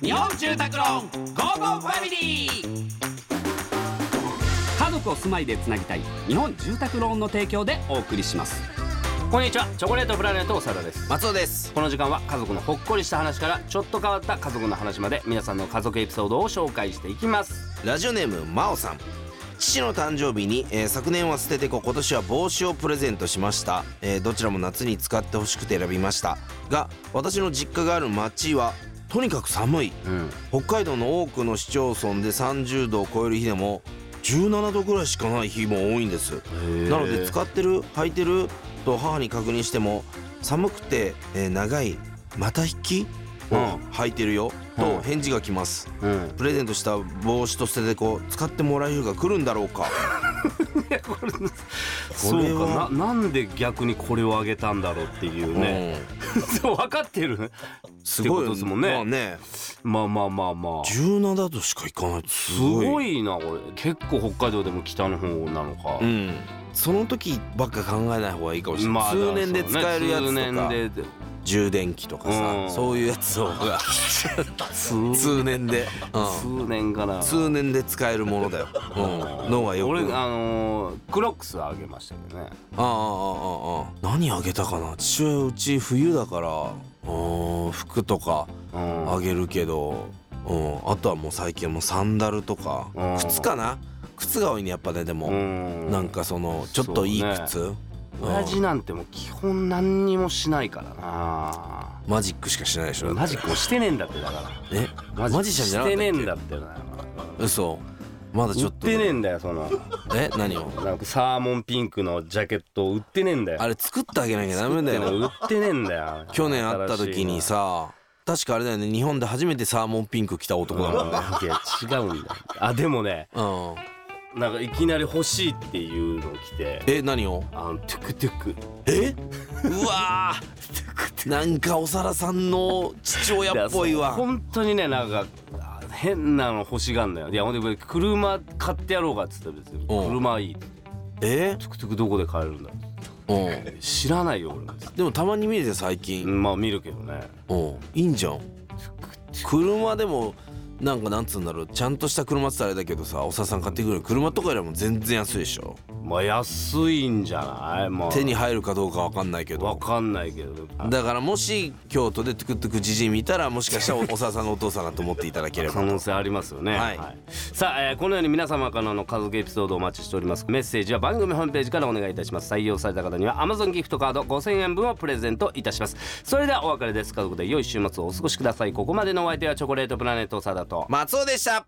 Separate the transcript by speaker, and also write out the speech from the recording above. Speaker 1: 日本住宅ローンゴーゴーファミリー家族を住まいでつなぎたい日本住宅ローンの提供でお送りします
Speaker 2: こんにちはチョコレートプラネット長田です
Speaker 3: 松尾です
Speaker 2: この時間は家族のほっこりした話からちょっと変わった家族の話まで皆さんの家族エピソードを紹介していきます
Speaker 3: ラジオネームまおさん父の誕生日に、えー昨年は捨ててこ今年は帽子をプレゼントしました、えーどちらも夏に使ってほしくて選びましたが私の実家がある町はとにかく寒い
Speaker 2: うん
Speaker 3: 北海道の多くの市町村で30度を超える日でも17度ぐらいしかない日も多いんですなので使ってる履いてると母に確認しても寒くて、えー長い股引きを
Speaker 2: うん
Speaker 3: 履いてるよ
Speaker 2: うん
Speaker 3: と返事が来ます
Speaker 2: うん
Speaker 3: プレゼントした帽子と捨ててこ使ってもらえる日が来るんだろうか
Speaker 2: そう
Speaker 3: これ
Speaker 2: か
Speaker 3: は
Speaker 2: ななんで逆にこれをあげたんだろうっていうね、 そう分かってる
Speaker 3: すご
Speaker 2: ってこ
Speaker 3: い
Speaker 2: とですもんね
Speaker 3: まあね
Speaker 2: まあまあまあまあ
Speaker 3: 17度しかいかないってす
Speaker 2: す
Speaker 3: ごい
Speaker 2: ごいなこれ結構北海道でも北の方なのか、
Speaker 3: うん、その時ばっか考えない方がいいかもしれない、
Speaker 2: まあ
Speaker 3: 数年で使えるやつと
Speaker 2: そう
Speaker 3: か、
Speaker 2: ね数年で
Speaker 3: 充電器とかさ、
Speaker 2: うん
Speaker 3: そういうやつの 方が
Speaker 2: 数
Speaker 3: 数年で、うん
Speaker 2: 数年かな
Speaker 3: 数年で使えるものだよ、うん、のがよく
Speaker 2: 俺あ
Speaker 3: あ
Speaker 2: のークロックスあげましたけどね
Speaker 3: あああああ何あげたかな父親うち冬だからうん服とか
Speaker 2: うん
Speaker 3: あげるけど、うん、あとはもう最近はもうサンダルとか
Speaker 2: うん
Speaker 3: 靴かな靴が多いねやっぱねでも、
Speaker 2: うん
Speaker 3: なんかそのちょっといい靴、うん
Speaker 2: 親父なんてもう基本何にもしないからな
Speaker 3: マジックしかしないでしょ
Speaker 2: マジックもしてねえんだってだから
Speaker 3: えマジシャンじゃな
Speaker 2: して
Speaker 3: かった
Speaker 2: ね
Speaker 3: っ
Speaker 2: え
Speaker 3: け
Speaker 2: んだってな
Speaker 3: 嘘まだち
Speaker 2: 売
Speaker 3: ょ
Speaker 2: っ
Speaker 3: っと
Speaker 2: てねえんだよその
Speaker 3: え何を
Speaker 2: なんかサーモンピンクのジャケットを売ってねえんだよ
Speaker 3: あれ作ってあげなきゃダメだよ
Speaker 2: 売ってねえんだよ
Speaker 3: 去年会った時にさ確かあれだよね日本で初めてサーモンピンク着た
Speaker 2: 新
Speaker 3: 男
Speaker 2: しい
Speaker 3: だもん
Speaker 2: のうんいや違
Speaker 3: ね
Speaker 2: うんだあでもね
Speaker 3: うん
Speaker 2: なんかいきなり欲しいっていうのを着て
Speaker 3: え何を
Speaker 2: あのトゥクトゥク
Speaker 3: えうわ ーなんかおさらさんの父親っぽい
Speaker 2: や
Speaker 3: わ
Speaker 2: そう本当にねなんかあ変なの欲しがんだよいやほんで車買ってやろうかっつったら別に
Speaker 3: うん
Speaker 2: 車いいって
Speaker 3: え
Speaker 2: トゥクトゥクどこで買えるんだ
Speaker 3: うん
Speaker 2: 知らないよ俺も
Speaker 3: でもたまに見るよ最近
Speaker 2: まあ見るけどね
Speaker 3: うんいいんじゃん車でもなんかなんつうんだろうちゃんとした車って言ったらあれだけどさおさらさん買ってくる車とかよりも全然安いでしょ
Speaker 2: まあ安いんじゃないまあ
Speaker 3: 手に入るかどうかわかんないけど
Speaker 2: わかんないけど
Speaker 3: だからもし京都でトゥクトゥクじじい見たらもしかしたらおおささんのお父さんだと思っていただければ
Speaker 2: 可能性ありますよね、
Speaker 3: はい
Speaker 2: さあ、えーこのように皆様からの家族エピソードをお待ちしておりますメッセージは番組ホームページからお願いいたします採用された方には Amazon ギフトカード5000円分をプレゼントいたしますそれではお別れです家族で良い週末をお過ごしくださいここまでのお相手はチョコレートプラネット長田と
Speaker 3: 松尾でした